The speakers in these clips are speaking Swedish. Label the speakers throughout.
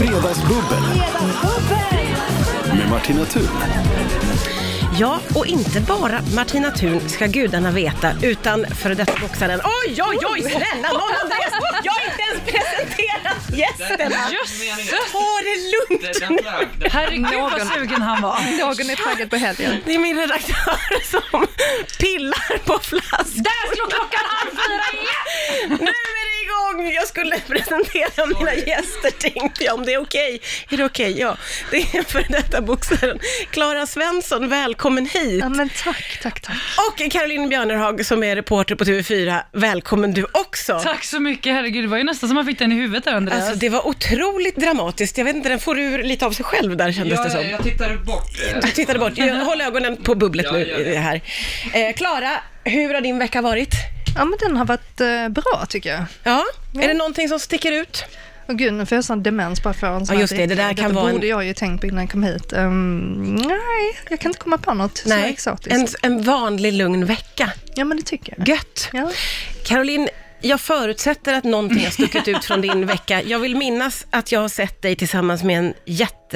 Speaker 1: Fredagsbubbel med Martina Thun.
Speaker 2: Ja, och inte bara Martina Thun ska gudarna veta, utan före detta boxaren. Oj, oj, oj, snälla nån Andreas! Jag har inte ens presenterat gästen!
Speaker 3: Jösses!
Speaker 2: Ta det lugnt nu!
Speaker 3: Herregud vad sugen han var.
Speaker 4: Dagen är taggad på helgen.
Speaker 2: Det är min redaktör som pillar på flaskan.
Speaker 3: Där slog klockan halv fyra igen!
Speaker 2: Nu är det igång! Jag skulle presentera mina gäster tänkte jag, om det är okej. Är det okej? Ja. Det är före detta boxaren Klara Svensson, välkommen hit!
Speaker 4: Ja, men tack, tack, tack.
Speaker 2: Och Caroline Björnerhag som är reporter på TV4, välkommen du också!
Speaker 3: Tack så mycket, herregud det var ju nästan som man fick den i huvudet där Andreas.
Speaker 2: Alltså det var otroligt dramatiskt. Jag vet inte, den får ur lite av sig själv där kändes det som.
Speaker 5: Jag tittade bort.
Speaker 2: Du tittade bort. Jag- Håll ögonen på bubblet nu i det här. Eh, Klara, hur har din vecka varit?
Speaker 4: Ja, men den har varit eh, bra tycker jag.
Speaker 2: Ja, är det någonting som sticker ut?
Speaker 4: Och gud, nu får jag sån demens bara för en
Speaker 2: Ja,
Speaker 4: sån här
Speaker 2: just det, det
Speaker 4: direkt.
Speaker 2: där kan
Speaker 4: Detta
Speaker 2: vara en-
Speaker 4: borde jag ju tänkt på innan jag kom hit. Ehm, nej, jag kan inte komma på något så exotiskt.
Speaker 2: en, en vanlig lugn vecka.
Speaker 4: Ja, men det tycker jag.
Speaker 2: Gött!
Speaker 4: Ja.
Speaker 2: Caroline, jag förutsätter att någonting har stuckit ut från din vecka. Jag vill minnas att jag har sett dig tillsammans med en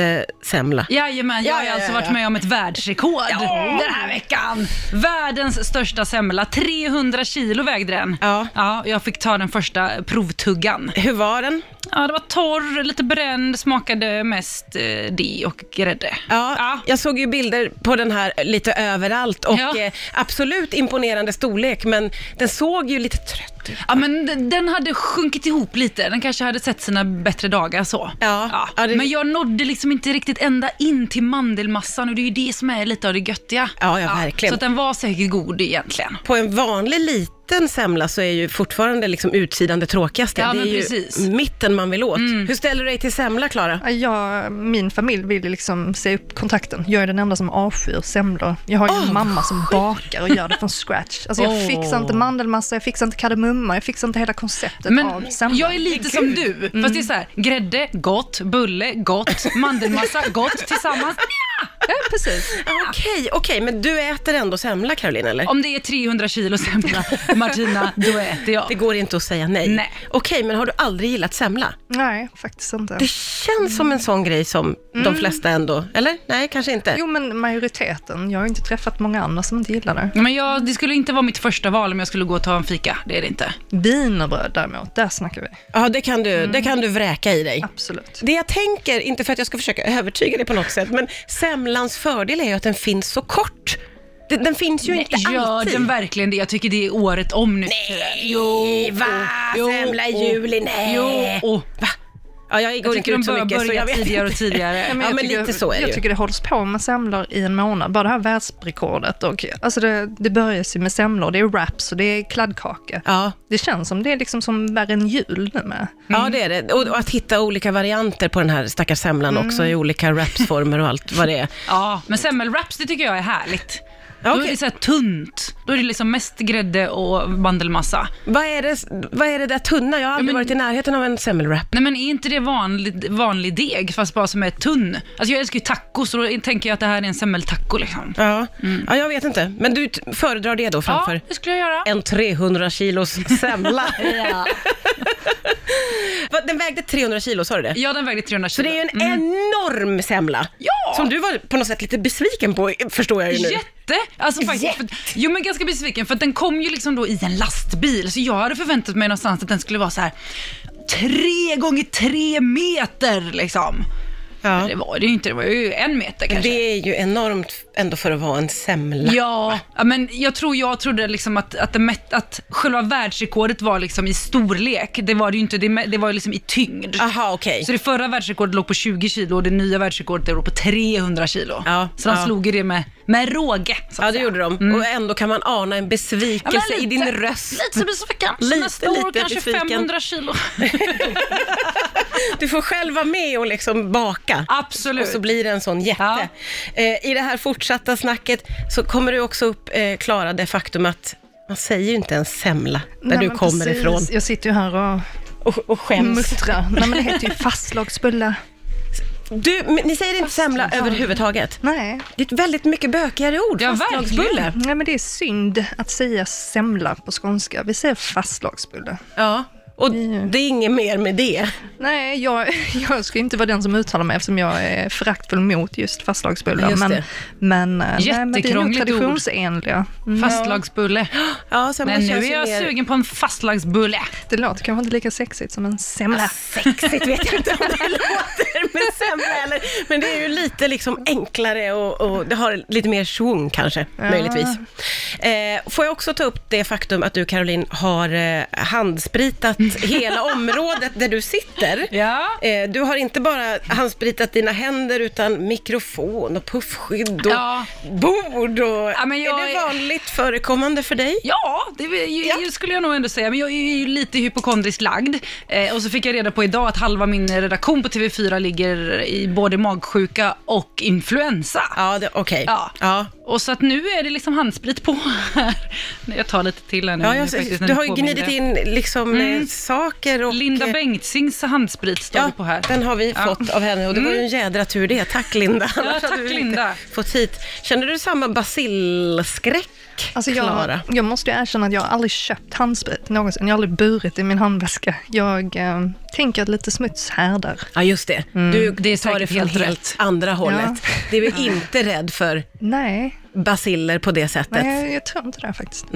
Speaker 2: jättesemla.
Speaker 3: Jajamän, jag har
Speaker 2: Ja, ja, ja,
Speaker 3: alltså
Speaker 2: ja.
Speaker 3: varit med om ett världsrekord den här veckan. Världens största semla, 300 kilo vägde den.
Speaker 2: Ja.
Speaker 3: ja. Jag fick ta den första provtuggan.
Speaker 2: Hur var den?
Speaker 3: Ja, det var torr, lite bränd, smakade mest eh, det och grädde.
Speaker 2: Ja, jag såg ju bilder på den här lite överallt och
Speaker 3: Ja.
Speaker 2: eh, absolut imponerande storlek, men den såg ju lite trött ut.
Speaker 3: Ja, men d- den hade sjunkit ihop lite. Den kanske hade sett sina bättre dagar så.
Speaker 2: Ja. Ja, det-
Speaker 3: Men jag nådde liksom inte riktigt ända in till mandelmassan och det är ju det som är lite av det göttiga.
Speaker 2: Ja, ja, verkligen.
Speaker 3: Så att den var säkert god egentligen.
Speaker 2: På en vanlig liten semla så är ju fortfarande liksom utsidan det tråkigaste.
Speaker 3: Ja,
Speaker 2: det är
Speaker 3: men
Speaker 2: ju
Speaker 3: precis. Mm.
Speaker 2: mitten man vill åt. Hur ställer du dig till semla, Klara?
Speaker 4: Ja, Jag, min familj vill ju liksom se upp kontakten. Jag är den enda som avskyr semlor. Jag har ju
Speaker 2: Ah,
Speaker 4: en mamma som bakar och gör det från scratch. Alltså jag fixar inte mandelmassa, jag fixar inte kardemumma, jag fixar inte hela konceptet av
Speaker 3: Men
Speaker 4: semlor.
Speaker 3: jag är lite som du, fast
Speaker 2: Mm.
Speaker 3: det är så här, grädde, gott, bulle, gott, mandelmassa, gott, tillsammans.
Speaker 4: Ja, precis.
Speaker 2: Okej, okej, men du äter ändå semla, Caroline, eller?
Speaker 3: Om det är 300 kilo semla, Martina, då äter
Speaker 2: Det
Speaker 3: jag.
Speaker 2: går inte att säga nej.
Speaker 3: Nej.
Speaker 2: Okej, men har du aldrig gillat semla?
Speaker 4: Nej, faktiskt inte.
Speaker 2: Det känns som en sån grej som
Speaker 3: Mm.
Speaker 2: de flesta ändå, eller? Nej, kanske inte.
Speaker 4: Jo, men majoriteten. Jag har ju inte träffat många andra som inte gillar det.
Speaker 3: Men jag, det skulle inte vara mitt första val om jag skulle gå och ta en fika. Det är det inte.
Speaker 4: Wienerbröd däremot, där snackar vi.
Speaker 2: Ja, det kan, du,
Speaker 3: Mm.
Speaker 2: det kan du vräka i dig.
Speaker 4: Absolut.
Speaker 2: Det jag tänker, inte för att jag ska försöka övertyga dig på något sätt, men semlans fördel är ju att den finns så kort. Den, den finns ju inte
Speaker 3: Gör
Speaker 2: alltid.
Speaker 3: den verkligen det? Jag tycker det är året om nu.
Speaker 2: Nej, jo, Eh, va?
Speaker 3: Eh, oh, Jo,
Speaker 2: Semla i
Speaker 3: och-
Speaker 2: juli, nej.
Speaker 3: Jo, och,
Speaker 2: Va? Ja, jag går
Speaker 3: jag
Speaker 2: inte
Speaker 3: tycker de
Speaker 2: ut så
Speaker 3: bör
Speaker 2: mycket så
Speaker 3: börja
Speaker 2: jag vet
Speaker 3: tidigare och
Speaker 2: inte.
Speaker 3: tidigare.
Speaker 2: Ja,
Speaker 4: jag
Speaker 2: men
Speaker 4: tycker,
Speaker 2: lite så är det
Speaker 4: Jag
Speaker 2: ju.
Speaker 4: tycker det hålls på med semlor i en månad. Bara det här världsrekordet. Och, alltså det, det börjar ju med semlor, det är wraps och det är kladdkaka.
Speaker 2: Ja.
Speaker 4: Det känns som det är liksom som värre än jul nu med.
Speaker 3: Mm.
Speaker 2: Ja, det är det. Och, och att hitta olika varianter på den här stackars semlan
Speaker 3: Mm.
Speaker 2: också, i olika wrapsformer och allt vad det är.
Speaker 3: Ja, men semmelwraps det tycker jag är härligt.
Speaker 2: Ja,
Speaker 3: Då är
Speaker 2: okej.
Speaker 3: det så här tunt. Då är det liksom mest grädde och mandelmassa.
Speaker 2: Vad är det, vad är det där tunna? Jag har aldrig
Speaker 3: men-
Speaker 2: varit i närheten av en semmelwrap.
Speaker 3: Nej men är inte det vanlig, vanlig deg fast bara som är tunn? Alltså jag älskar ju tacos och då tänker jag att det här är en semmeltaco liksom.
Speaker 2: Ja. Mm. ja, jag vet inte. Men du t- föredrar det då framför
Speaker 3: Ja, det skulle jag göra.
Speaker 2: en 300 kilos semla? Va, Den vägde 300 kilo, sa du det?
Speaker 3: Ja, den vägde Mm. 300
Speaker 2: Så
Speaker 3: kilo.
Speaker 2: det är ju en enorm semla.
Speaker 3: Ja!
Speaker 2: Som du var på något sätt lite besviken på, förstår jag ju nu.
Speaker 3: Jätte! Alltså faktiskt, för, jo men ganska besviken för att den kom ju liksom då i en lastbil så jag hade förväntat mig någonstans att den skulle vara så här tre gånger tre meter liksom.
Speaker 2: Ja.
Speaker 3: Det var det ju inte, det var ju en meter kanske.
Speaker 2: Det är ju enormt ändå för att vara en semla.
Speaker 3: Ja, ja, men jag tror jag trodde liksom att, att, det mätt, att själva världsrekordet var liksom i storlek. Det var det ju inte, det, mä- det var ju liksom i tyngd.
Speaker 2: Aha, okej.
Speaker 3: Så det förra världsrekordet låg på 20 kilo och det nya världsrekordet låg på 300 kilo.
Speaker 2: Ja,
Speaker 3: så de
Speaker 2: ja.
Speaker 3: slog ju det med, med råge. Så att
Speaker 2: Ja, det
Speaker 3: säga.
Speaker 2: gjorde de.
Speaker 4: Mm.
Speaker 2: Och ändå kan man ana en
Speaker 3: Ja,
Speaker 2: besvikelse
Speaker 3: men
Speaker 2: i din röst.
Speaker 3: Lite besviken.
Speaker 2: Lite,
Speaker 3: Nästa år
Speaker 2: lite
Speaker 3: kanske
Speaker 2: besviken.
Speaker 3: 500 kilo.
Speaker 2: Du får själv vara med och liksom baka.
Speaker 3: Absolut.
Speaker 2: Och så blir det en sån jätte.
Speaker 3: Ja.
Speaker 2: Eh, I det här fortsatta snacket så kommer du också upp, eh, Klara, det faktum att man säger ju inte ens semla där
Speaker 4: Nej,
Speaker 2: du
Speaker 4: men
Speaker 2: kommer
Speaker 4: precis. Mm.
Speaker 2: ifrån. Mm.
Speaker 4: Jag sitter ju här och
Speaker 2: Och, och skäms.
Speaker 4: muttrar. Nej, men det heter ju fastlagsbulle.
Speaker 2: Du, men ni säger inte semla
Speaker 4: Fastlagsbulle.
Speaker 2: överhuvudtaget.
Speaker 4: Nej.
Speaker 2: Det är ett väldigt mycket bökigare ord.
Speaker 3: Ja,
Speaker 2: Fastlagsbulle.
Speaker 3: verkligen.
Speaker 4: Nej, men det är synd att säga semla på skånska. Vi säger fastlagsbulle.
Speaker 2: Ja. Och det är inget mer med det.
Speaker 4: Nej, jag, jag skulle inte vara den som uttalar mig eftersom jag är föraktfull mot just fastlagsbullar.
Speaker 2: Just det.
Speaker 4: men, men, eh, nej, men det är nog
Speaker 3: Jättekrångligt ord.
Speaker 4: traditionsenliga. Mm.
Speaker 3: Fastlagsbulle.
Speaker 2: Ja, så man
Speaker 3: Men nu
Speaker 2: känns
Speaker 3: är
Speaker 2: ju
Speaker 3: jag
Speaker 2: mer-
Speaker 3: sugen på en fastlagsbulle.
Speaker 4: Det låter kanske inte lika sexigt som en semla.
Speaker 2: Sexigt vet jag inte om det låter med semla eller, men det är ju lite liksom enklare och, och det har lite mer schvung kanske, möjligtvis. Eh, får jag också ta upp det faktum att du Caroline har eh, handspritat hela området där du sitter.
Speaker 3: Ja.
Speaker 2: Eh, du har inte bara handspritat dina händer utan mikrofon och puffskydd och
Speaker 3: Ja.
Speaker 2: bord och...
Speaker 3: Ja, men jag
Speaker 2: Är det
Speaker 3: är-
Speaker 2: vanligt förekommande för dig?
Speaker 3: Ja, det är ju,
Speaker 2: Ja.
Speaker 3: skulle jag nog ändå säga. Men jag är ju lite hypokondrisk lagd. Eh, och så fick jag reda på idag att halva min redaktion på TV4 ligger i både magsjuka och influensa.
Speaker 2: Ja, det- okej.
Speaker 3: Ja.
Speaker 2: Ja.
Speaker 3: Och så att nu är det liksom handsprit på här. Jag tar lite till här nu.
Speaker 2: Ja,
Speaker 3: men
Speaker 2: jag,
Speaker 3: Mm, faktiskt
Speaker 2: du har ju
Speaker 3: påminner.
Speaker 2: gnidit in liksom eh, saker och...
Speaker 3: Mm. Linda
Speaker 2: eh,
Speaker 3: Bengtzings handsprit står
Speaker 2: Ja,
Speaker 3: det på här.
Speaker 2: den har vi
Speaker 3: Ja. Mm.
Speaker 2: fått av henne och det var ju en jädra tur det. Tack Linda. Annars hade
Speaker 3: tack,
Speaker 2: vi inte
Speaker 3: Linda.
Speaker 2: Fått hit. Känner du samma basilskräck,
Speaker 4: Alltså jag,
Speaker 2: Klara?
Speaker 4: jag måste ju erkänna att jag har aldrig köpt handsprit någonsin. Jag har aldrig burit i min handväska. Jag eh, tänker att lite smuts härdar.
Speaker 2: Ja, just det. Du
Speaker 3: Mm. Det är
Speaker 2: tar det
Speaker 3: säkert
Speaker 2: från helt,
Speaker 3: helt
Speaker 2: andra hållet.
Speaker 4: Ja.
Speaker 2: Du är inte rädd för
Speaker 4: Nej,
Speaker 2: basiller på det sättet?
Speaker 4: nej
Speaker 2: Nej.
Speaker 4: jag, jag tror inte det faktiskt.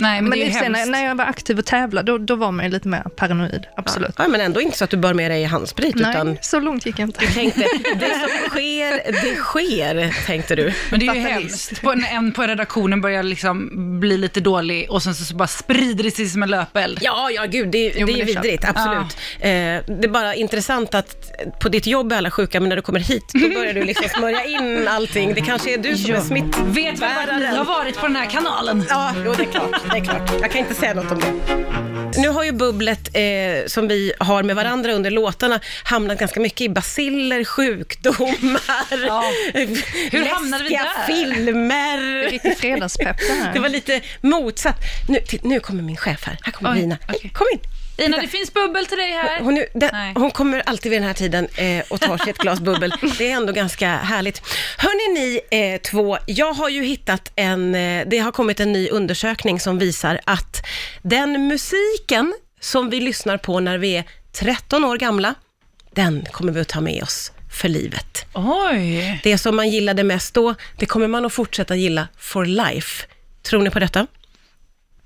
Speaker 3: Nej, men,
Speaker 4: Men, i
Speaker 3: det är ju
Speaker 4: och för sig, när,
Speaker 3: hemskt.
Speaker 4: när jag var aktiv och tävlade, då, då var man ju lite mer paranoid. Absolut.
Speaker 2: Ja, men ändå inte så att du bär med dig handsprit, utan
Speaker 4: Nej, så långt gick jag inte.
Speaker 2: tänkte, det som sker, det sker, tänkte du.
Speaker 3: Men det är ju
Speaker 4: Fatalist.
Speaker 3: hemskt. På en, en på redaktionen börjar liksom bli lite dålig och sen så, så bara sprider det sig som en löpeld.
Speaker 2: Ja, ja gud, det, det är
Speaker 4: men
Speaker 2: ju
Speaker 4: det köper
Speaker 2: vidrigt, absolut.
Speaker 3: Ah.
Speaker 2: Eh, det är bara intressant att på ditt jobb är alla sjuka, men när du kommer hit, då börjar du liksom smörja in allting. Det kanske är du som är smitt...
Speaker 3: Vet väl vart ni
Speaker 2: Bäraren.
Speaker 3: har varit på den här kanalen?
Speaker 2: Ja, jo, det är klart. Det är klart. Jag kan inte säga något om det. Nu har ju bubblet eh, som vi har med varandra under låtarna hamnat ganska mycket i basiller, sjukdomar,
Speaker 3: Ja.
Speaker 2: Hur
Speaker 3: hamnade vi där?
Speaker 2: filmer.
Speaker 4: Riktig fredagspepp det här.
Speaker 2: Det var lite motsatt. Nu, titt, nu kommer min chef här. Här kommer
Speaker 3: Oj,
Speaker 2: Lina.
Speaker 3: okej.
Speaker 2: Kom in.
Speaker 3: Ina, det finns bubbel till dig här.
Speaker 2: Hon, nu, den,
Speaker 3: Nej.
Speaker 2: hon kommer alltid vid den här tiden eh, och tar sig ett glas bubbel. Det är ändå ganska härligt. Hörni ni eh, två, jag har ju hittat en, eh, det har kommit en ny undersökning som visar att den musiken som vi lyssnar på när vi är 13 år gamla, den kommer vi att ta med oss för livet.
Speaker 3: Oj.
Speaker 2: Det som man gillade mest då, det kommer man att fortsätta gilla for life. Tror ni på detta?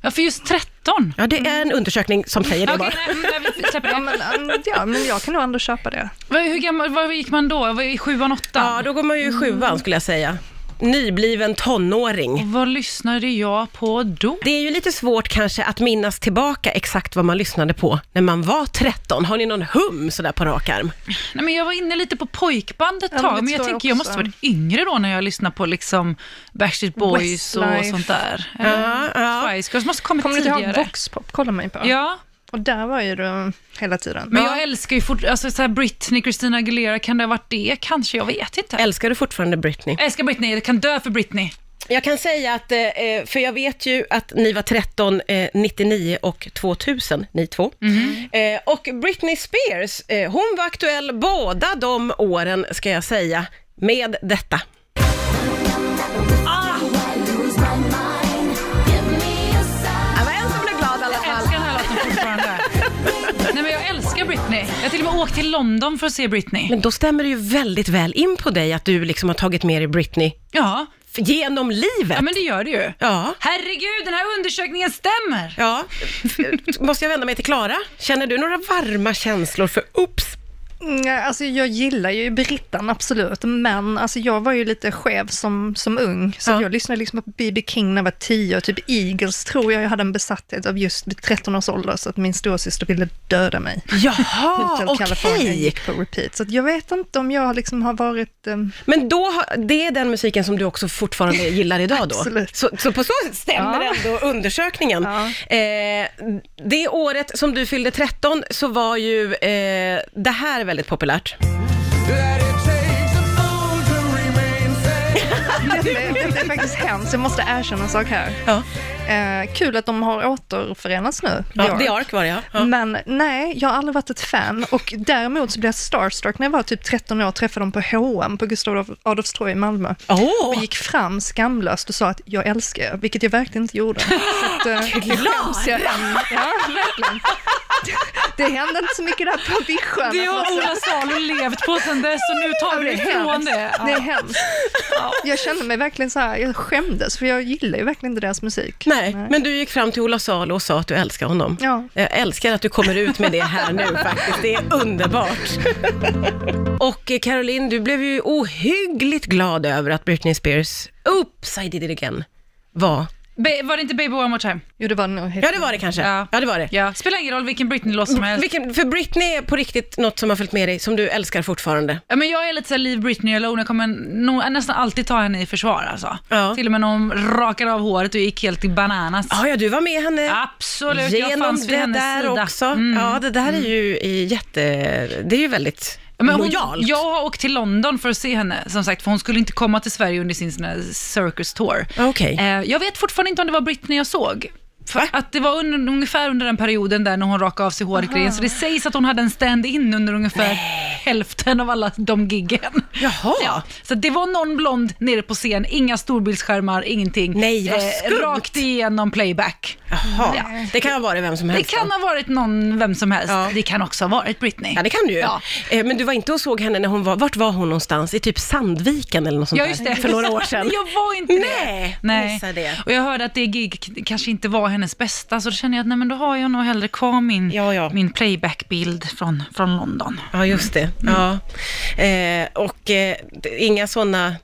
Speaker 3: Ja, för just 13.
Speaker 2: Ja, det är en undersökning som säger det
Speaker 3: Mm. Okej,
Speaker 2: bara.
Speaker 3: nej, nej, vi släpper
Speaker 4: Ja
Speaker 3: det.
Speaker 4: men, mm, ja, men jag kan nog ändå köpa det.
Speaker 3: Vad- Hur gammal vad gick man då? Var I sjuan, åttan?
Speaker 2: Ja, då går man ju i sjuan skulle jag säga. Nybliven tonåring.
Speaker 3: Vad lyssnade jag på då?
Speaker 2: Det är ju lite svårt kanske att minnas tillbaka exakt vad man lyssnade på när man var 13. Har ni någon hum sådär på rak arm?
Speaker 3: Nej, men jag var inne lite på pojkband ett
Speaker 4: Ja, men
Speaker 3: tag,
Speaker 4: det
Speaker 3: men, jag
Speaker 4: tror jag
Speaker 3: tänker jag
Speaker 4: också.
Speaker 3: måste varit yngre då när jag lyssnade på liksom Backstreet Boys och
Speaker 4: Westlife.
Speaker 3: sånt där.
Speaker 2: Ja, ja.
Speaker 3: Spice Girls måste kommit
Speaker 4: Kommer du inte ihåg
Speaker 3: tidigare.
Speaker 4: Voxpop? Kollar man ju på.
Speaker 3: Ja,
Speaker 4: Och där var ju du hela tiden.
Speaker 3: men
Speaker 4: Ja.
Speaker 3: jag älskar ju fort, alltså så här Britney, Christina Aguilera, kan det ha varit det kanske? Jag vet inte.
Speaker 2: Älskar du fortfarande Britney?
Speaker 3: Jag älskar Britney, jag kan dö för Britney.
Speaker 2: Jag kan säga att, eh, eh, för jag vet ju att ni var 13, eh, 99 och 2000, ni två. Eh, och Britney Spears, eh, hon var aktuell båda de åren, ska jag säga, med detta. Det var en som blev glad i alla
Speaker 3: Jag älskar den här låten fortfarande. Nej, men jag älskar Britney. Jag har till och med åkt till London för att se Britney.
Speaker 2: Men då stämmer det ju väldigt väl in på dig att du liksom har tagit med dig Britney
Speaker 3: Ja,
Speaker 2: f- genom livet.
Speaker 3: ja men det gör det ju.
Speaker 2: Ja.
Speaker 3: Herregud, den här undersökningen stämmer!
Speaker 2: Ja. Måste jag vända mig till Klara? Känner du några varma känslor för Oops?
Speaker 4: Nej, Alltså jag gillar ju Brittan absolut, men alltså jag var ju lite skev som, som ung, så
Speaker 2: Ja.
Speaker 4: jag lyssnade liksom på B.B. King när jag var tio, och typ Eagles tror jag jag hade en besatthet av just vid 13 års ålder, så att min storasyster ville döda mig.
Speaker 2: Jaha,
Speaker 3: Ah,
Speaker 4: Hotel California gick på repeat, så att jag vet inte om jag liksom har varit... ehm,
Speaker 2: Men då, har- det är den musiken som du också fortfarande gillar idag då?
Speaker 4: Absolut.
Speaker 2: Så, så på så sätt stämmer
Speaker 4: Ja.
Speaker 2: ändå undersökningen.
Speaker 4: Ja.
Speaker 2: Eh, det året som du fyllde 13 så var ju eh, det här väldigt populärt.
Speaker 5: That it takes a fool to remain sane.
Speaker 4: det, det är faktiskt hemskt. Jag måste erkänna en sak här.
Speaker 2: Ja.
Speaker 4: Eh, kul att de har återförenats nu,
Speaker 2: Ja,
Speaker 4: Björk.
Speaker 2: The Ark Mm. var det ja. ja.
Speaker 4: Men nej, jag har aldrig varit ett fan och däremot så blev jag starstruck när jag var typ 13 år och träffade dem på H&M på Gustav Adolf- Adolfs torg i Malmö.
Speaker 2: Åh,
Speaker 4: Och gick fram skamlöst och sa att jag älskar er, vilket jag verkligen inte gjorde. Så att, eh, det skäms jag än. Ja, verkligen. Det hände inte så mycket där på Vischön. att
Speaker 3: Det har
Speaker 4: man så-
Speaker 3: Ola Salo levt på sen dess och nu tar
Speaker 4: Ja,
Speaker 3: vi
Speaker 4: det
Speaker 3: det
Speaker 4: är
Speaker 3: ifrån
Speaker 4: hemskt.
Speaker 3: det.
Speaker 4: Det är
Speaker 3: Ja.
Speaker 4: hemskt. Jag kände mig verkligen så här, jag skämdes för jag gillar ju verkligen inte deras musik.
Speaker 2: nej. Men du gick fram till Ola Salo och sa att du älskar honom.
Speaker 4: Ja.
Speaker 2: Jag älskar att du kommer ut med det här nu faktiskt. Det är underbart. Och eh, Caroline, du blev ju ohyggligt glad över att Britney Spears, oops, I did it again, var...
Speaker 3: Ba- Var det inte Baby One More Time?
Speaker 4: Jo, det var det nog. helt-
Speaker 2: Ja, det var det kanske. Ja, det var det.
Speaker 3: Ja. Spelar ingen roll vilken Britney-låt som helst.
Speaker 2: Vilken, för Britney är på riktigt något som har följt med dig, som du älskar fortfarande.
Speaker 3: Ja, men jag är lite såhär leave Britney alone, jag kommer nog, nästan alltid ta henne i försvar alltså.
Speaker 2: Ja.
Speaker 3: Till och med när hon rakade av håret och gick helt i bananas.
Speaker 2: Ja, ja, du var med henne.
Speaker 3: Absolut, jag
Speaker 2: Genom
Speaker 3: fanns vid
Speaker 2: det
Speaker 3: hennes
Speaker 2: där
Speaker 3: sida.
Speaker 2: också.
Speaker 3: Mm.
Speaker 2: Ja, det där är ju i jätte... Det är ju väldigt
Speaker 3: Ja, men hon,
Speaker 2: lojalt.
Speaker 3: jag har åkt till London för att se henne, som sagt, för hon skulle inte komma till Sverige under sin sån här circus tour.
Speaker 2: Okej.
Speaker 3: Eh, jag vet fortfarande inte om det var Britney jag såg.
Speaker 2: Va?
Speaker 3: För att det var un, ungefär under den perioden där när hon rakade av sig håret grejen, så det sägs att hon hade en stand-in under ungefär hälften av alla de giggen.
Speaker 2: Jaha.
Speaker 3: Ja, så det var någon blond nere på scen, inga storbildsskärmar, ingenting. Eh,
Speaker 2: Nej, vad skumt.
Speaker 3: rakt igenom playback.
Speaker 2: Jaha.
Speaker 3: Ja.
Speaker 2: Det kan ha varit vem som
Speaker 3: Det
Speaker 2: helst.
Speaker 3: kan ha varit någon, vem som helst.
Speaker 2: Ja.
Speaker 3: Det kan också ha varit Britney.
Speaker 2: Ja, det kan du ju.
Speaker 3: Ja.
Speaker 2: Eh, Men du var inte och såg henne när hon var, vart var hon någonstans? I typ Sandviken eller något sånt
Speaker 3: Ja, just det.
Speaker 2: där? För några år sedan.
Speaker 3: Jag var inte
Speaker 2: Nej,
Speaker 3: det.
Speaker 2: missa det.
Speaker 3: Och jag hörde att det gig k- kanske inte var hennes bästa, så då känner jag att nej, men då har jag nog hellre kvar min,
Speaker 2: Ja, ja.
Speaker 3: min playbackbild från, från London.
Speaker 2: Ja, just det. Ja. Eh, och eh, d- inga sådana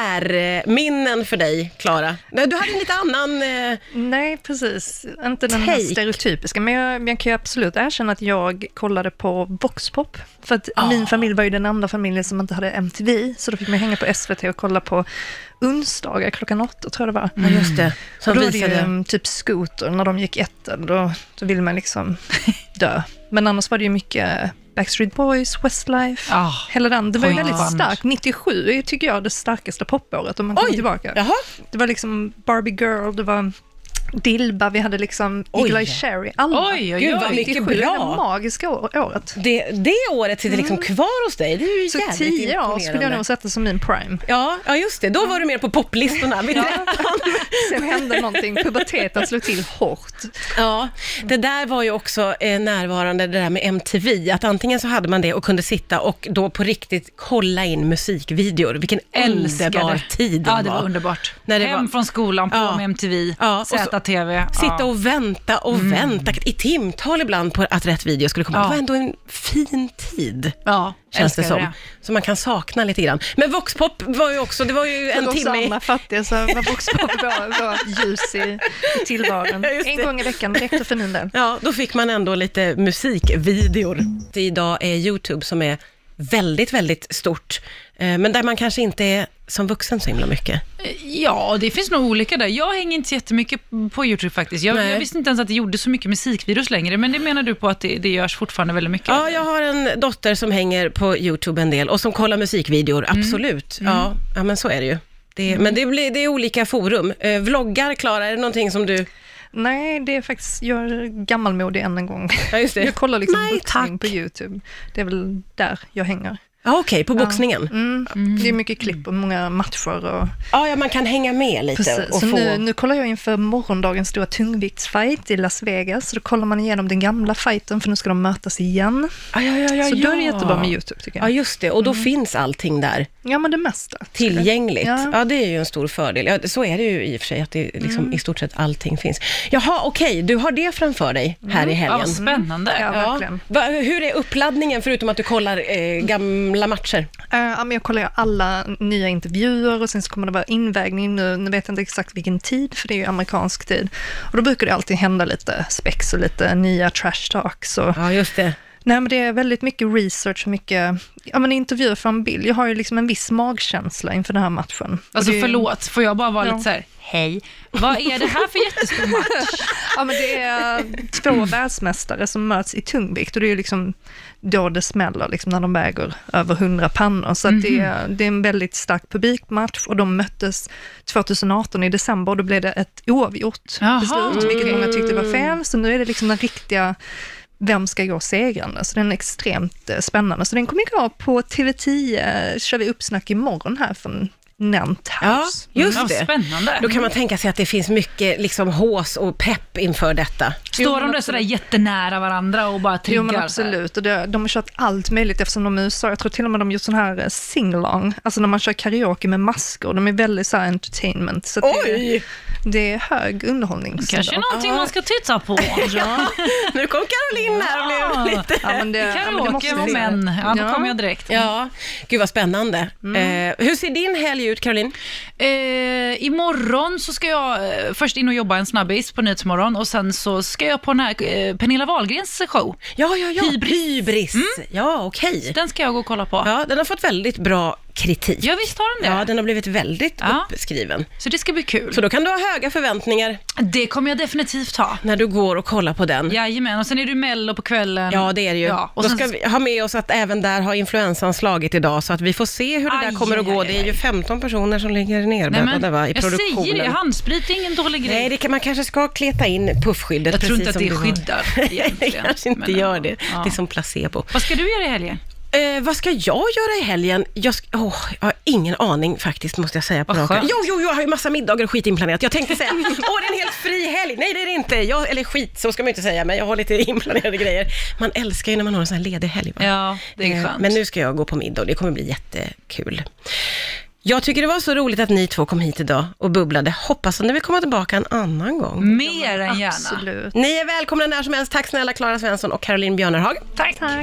Speaker 2: konsertminnen för dig, Klara? Nej, du hade en lite annan... Eh,
Speaker 4: Nej, precis. Inte den här
Speaker 2: Take.
Speaker 4: stereotypiska. Men jag, jag kan ju absolut erkänna att jag kollade på Voxpop. För att min familj var ju den enda familjen som inte hade MTV. Så då fick man hänga på SVT och kolla på onsdagar klockan åtta, tror jag det var.
Speaker 2: ja, just det. Som
Speaker 4: Och då var det ju
Speaker 2: visade...
Speaker 4: mm, typ skoter, när de gick ettan, då, då ville man liksom dö. Men annars var det ju mycket Backstreet Boys, Westlife,
Speaker 3: Ah,
Speaker 4: hela den. Det var ju
Speaker 3: pojkband.
Speaker 4: väldigt starkt. 97 är, tycker jag det starkaste popåret om man kommer
Speaker 2: Oj!
Speaker 4: tillbaka.
Speaker 2: Jaha.
Speaker 4: Det var liksom Barbie Girl, det var Dilba, vi hade liksom Eagle-Eye Cherry. Alla.
Speaker 3: Oj, oj,
Speaker 2: Gud, vad
Speaker 3: oj.
Speaker 2: mycket
Speaker 4: 97 är det
Speaker 2: bra.
Speaker 4: magiska år- året.
Speaker 2: Det, det året sitter liksom kvar hos dig. Det är ju
Speaker 4: Mm. Så
Speaker 2: jävligt
Speaker 4: tio år skulle jag
Speaker 2: imponerande.
Speaker 4: nog sätta som min prime.
Speaker 2: Ja, ja, just det. Då var du mer på poplistorna vid 13.
Speaker 4: Sen hände någonting, puberteten slog till hårt.
Speaker 2: Ja, det där var ju också eh, närvarande, det där med MTV, att antingen så hade man det och kunde sitta och då på riktigt kolla in musikvideor. Vilken
Speaker 3: Älskade.
Speaker 2: underbar tid
Speaker 3: Ja, det var underbart.
Speaker 2: När det
Speaker 3: Hem
Speaker 2: var-
Speaker 3: från skolan, på
Speaker 2: Ja.
Speaker 3: med MTV,
Speaker 2: Ja, och så-
Speaker 3: ZTV.
Speaker 2: Sitta
Speaker 3: ja.
Speaker 2: och vänta och vänta i timtal ibland på att rätt video skulle komma.
Speaker 3: Mm. Ja.
Speaker 2: Det var ändå en fin tid,
Speaker 3: Ja,
Speaker 2: känns det
Speaker 3: älskar
Speaker 2: som. Som man kan sakna lite grann. Men Voxpop var ju också, det var ju en
Speaker 4: För oss
Speaker 2: timme... i-
Speaker 4: andra fattiga så var Voxpop vår, vår ljus i i tillvaron.
Speaker 2: Ja, just det.
Speaker 4: En gång i veckan räckte för min del.
Speaker 2: Ja, då fick man ändå lite musikvideor. Idag är YouTube som är väldigt, väldigt stort, eh, men där man kanske inte är som vuxen så himla mycket.
Speaker 3: Ja, det finns nog olika där. Jag hänger inte så jättemycket på YouTube faktiskt. Jag,
Speaker 2: Nej.
Speaker 3: jag visste inte ens att det gjorde så mycket musikvideos längre, men det menar du på att det, det görs fortfarande väldigt mycket?
Speaker 2: Ja, jag har en dotter som hänger på YouTube en del och som kollar musikvideor,
Speaker 4: Mm.
Speaker 2: absolut. Ja, ja, men så är det ju. Det, Men det, blir, det är olika forum. Eh, vloggar, Klara, är det någonting som du...
Speaker 4: Nej, det är faktiskt, jag är gammalmodig än en gång.
Speaker 2: Ja, just det.
Speaker 4: Jag kollar liksom
Speaker 2: Nej,
Speaker 4: boxning
Speaker 2: tack.
Speaker 4: på YouTube. Det är väl där jag hänger.
Speaker 2: Ja, okej, på boxningen. Ja.
Speaker 4: Mm. Det är mycket klipp och många matcher. Och,
Speaker 2: ja, man kan hänga med lite
Speaker 4: precis.
Speaker 2: och
Speaker 4: Så
Speaker 2: få...
Speaker 4: nu, nu kollar jag inför morgondagens stora tungviktsfight i Las Vegas. Så då kollar man igenom den gamla fighten, för nu ska de mötas igen.
Speaker 2: Ja, ja, ja, ja,
Speaker 4: så då är det
Speaker 2: ja.
Speaker 4: jättebra med Mm. YouTube, tycker
Speaker 2: Ja,
Speaker 4: jag.
Speaker 2: just det. Och då finns allting där.
Speaker 4: Ja, men det mesta.
Speaker 2: tillgängligt. Ja.
Speaker 4: Ja.
Speaker 2: det är ju en stor fördel. Ja, så är det ju i och för sig, att det liksom i stort sett allting finns. Jaha, okej, du har det framför dig här i
Speaker 3: ja,
Speaker 2: helgen.
Speaker 3: vad
Speaker 2: Mm.
Speaker 3: spännande.
Speaker 4: Ja, verkligen.
Speaker 2: Va, hur är uppladdningen, förutom att du kollar eh, gamla matcher?
Speaker 4: Eh, Ja, men jag kollar ju alla nya intervjuer och sen så kommer det vara invägning nu. Nu vet jag inte exakt vilken tid, för det är ju amerikansk tid. Och då brukar det alltid hända lite spex och lite nya trash talks. Och
Speaker 2: Ja, just det.
Speaker 4: Nej, men det är väldigt mycket research och mycket ja, men intervjuer från Bill. Jag har ju liksom en viss magkänsla inför den här matchen. Och
Speaker 3: Alltså
Speaker 4: det är-
Speaker 3: förlåt, får jag bara vara
Speaker 4: Ja.
Speaker 3: lite så här, hej, vad är det här för jättestor match?
Speaker 4: Ja, men det är två världsmästare som möts i tungvikt och det är ju liksom då det smäller, liksom när de väger över 100 pannor. Så att det, är, det är en väldigt stark publikmatch och de möttes 2018 i december och då blev det ett oavgjort
Speaker 3: Jaha,
Speaker 4: beslut, vilket många tyckte var fel. Så nu är det liksom den riktiga vem ska gå segrande? Så den är extremt eh, spännande. Så den kommer gå på TV10, eh, kör vi uppsnack imorgon här från Nant
Speaker 2: Ja,
Speaker 4: House.
Speaker 2: just
Speaker 3: Vad
Speaker 2: det.
Speaker 3: spännande.
Speaker 2: Då kan man tänka sig att det finns mycket liksom, hås och pepp inför detta.
Speaker 3: Står de där sådär jättenära varandra och bara triggar?
Speaker 4: Jo men
Speaker 3: så här?
Speaker 4: absolut, och det, de har kört allt möjligt eftersom de är i USA. Jag tror till och med de har gjort sån här eh, singalong, alltså när man kör karaoke med maskor. De är väldigt så här entertainment, så att det,
Speaker 2: Oj!
Speaker 4: det är hög underhållning.
Speaker 5: Kanske någonting man ska titta på.
Speaker 4: Ja,
Speaker 2: Nu kom Caroline här och blev lite...
Speaker 4: ja, men det, ja, men det
Speaker 3: Karaoke
Speaker 4: måste
Speaker 3: och
Speaker 4: vi se.
Speaker 3: män, ja, då
Speaker 4: Ja.
Speaker 3: kommer jag direkt.
Speaker 2: Ja, gud vad spännande. Eh, hur ser din helg ut, Caroline?
Speaker 3: Eh, imorgon så ska jag eh, först in och jobba en snabbis på Nyhetsmorgon och sen så ska jag på den här, eh, Pernilla Wahlgrens show.
Speaker 2: Ja, ja, ja.
Speaker 3: Hybris.
Speaker 2: Hybris. Mm. Ja, okej.
Speaker 3: Den ska jag gå och kolla på.
Speaker 2: Ja, den har fått väldigt bra kritik.
Speaker 3: Ja, visst har den det?
Speaker 2: Ja, den har blivit väldigt
Speaker 3: Ja.
Speaker 2: uppskriven.
Speaker 3: Så det ska bli kul.
Speaker 2: Så då kan du ha höga förväntningar
Speaker 3: Det kommer jag definitivt ha.
Speaker 2: när du går och kollar på den.
Speaker 3: Jajamän, och sen är det ju Mello på kvällen.
Speaker 2: Ja, det är det ju.
Speaker 3: Ja, och
Speaker 2: Då
Speaker 3: sen
Speaker 2: ska vi ha med oss att även där har influensan slagit idag, så att vi får se hur det där
Speaker 3: Aj,
Speaker 2: kommer att
Speaker 3: aj,
Speaker 2: gå.
Speaker 3: aj,
Speaker 2: det är ju 15 personer som ligger
Speaker 3: Nej,
Speaker 2: nerbäddade
Speaker 3: men,
Speaker 2: va, i
Speaker 3: jag
Speaker 2: produktionen.
Speaker 3: säger det, handsprit är ingen dålig grej.
Speaker 2: Nej, det kan, man kanske ska kleta in puffskyddet.
Speaker 3: jag tror
Speaker 2: precis
Speaker 3: inte att
Speaker 2: som
Speaker 3: det
Speaker 2: du har.
Speaker 3: skyddar
Speaker 2: Det
Speaker 3: egentligen.
Speaker 2: kanske inte
Speaker 3: Men,
Speaker 2: gör det.
Speaker 3: ja.
Speaker 2: Det är som placebo.
Speaker 3: Vad ska du göra i helgen?
Speaker 2: Eh, vad ska jag göra i helgen? Jag, sk- åh, jag har ingen aning faktiskt, måste jag säga. på
Speaker 3: Vad
Speaker 2: raka.
Speaker 3: skönt.
Speaker 2: Jo, jo, jo, jag har ju massa middagar och skit inplanerat. Jag tänkte säga, åh, det är en helt fri helg. Nej, det är det inte. Jag, eller skit, så ska man ju inte säga, men jag har lite inplanerade grejer. Man älskar ju när man har en sån här ledig helg. Va?
Speaker 3: Ja, det är
Speaker 2: Eh,
Speaker 3: skönt.
Speaker 2: Men nu ska jag gå på middag och det kommer bli jättekul. Jag tycker det var så roligt att ni två kom hit idag och bubblade. Hoppas att ni vill komma tillbaka en annan
Speaker 3: Mm.
Speaker 2: gång.
Speaker 3: Mer än gärna.
Speaker 4: Absolut.
Speaker 2: Ni är välkomna när som helst. Tack snälla Klara Svensson och Caroline Björnerhag.
Speaker 4: Tack.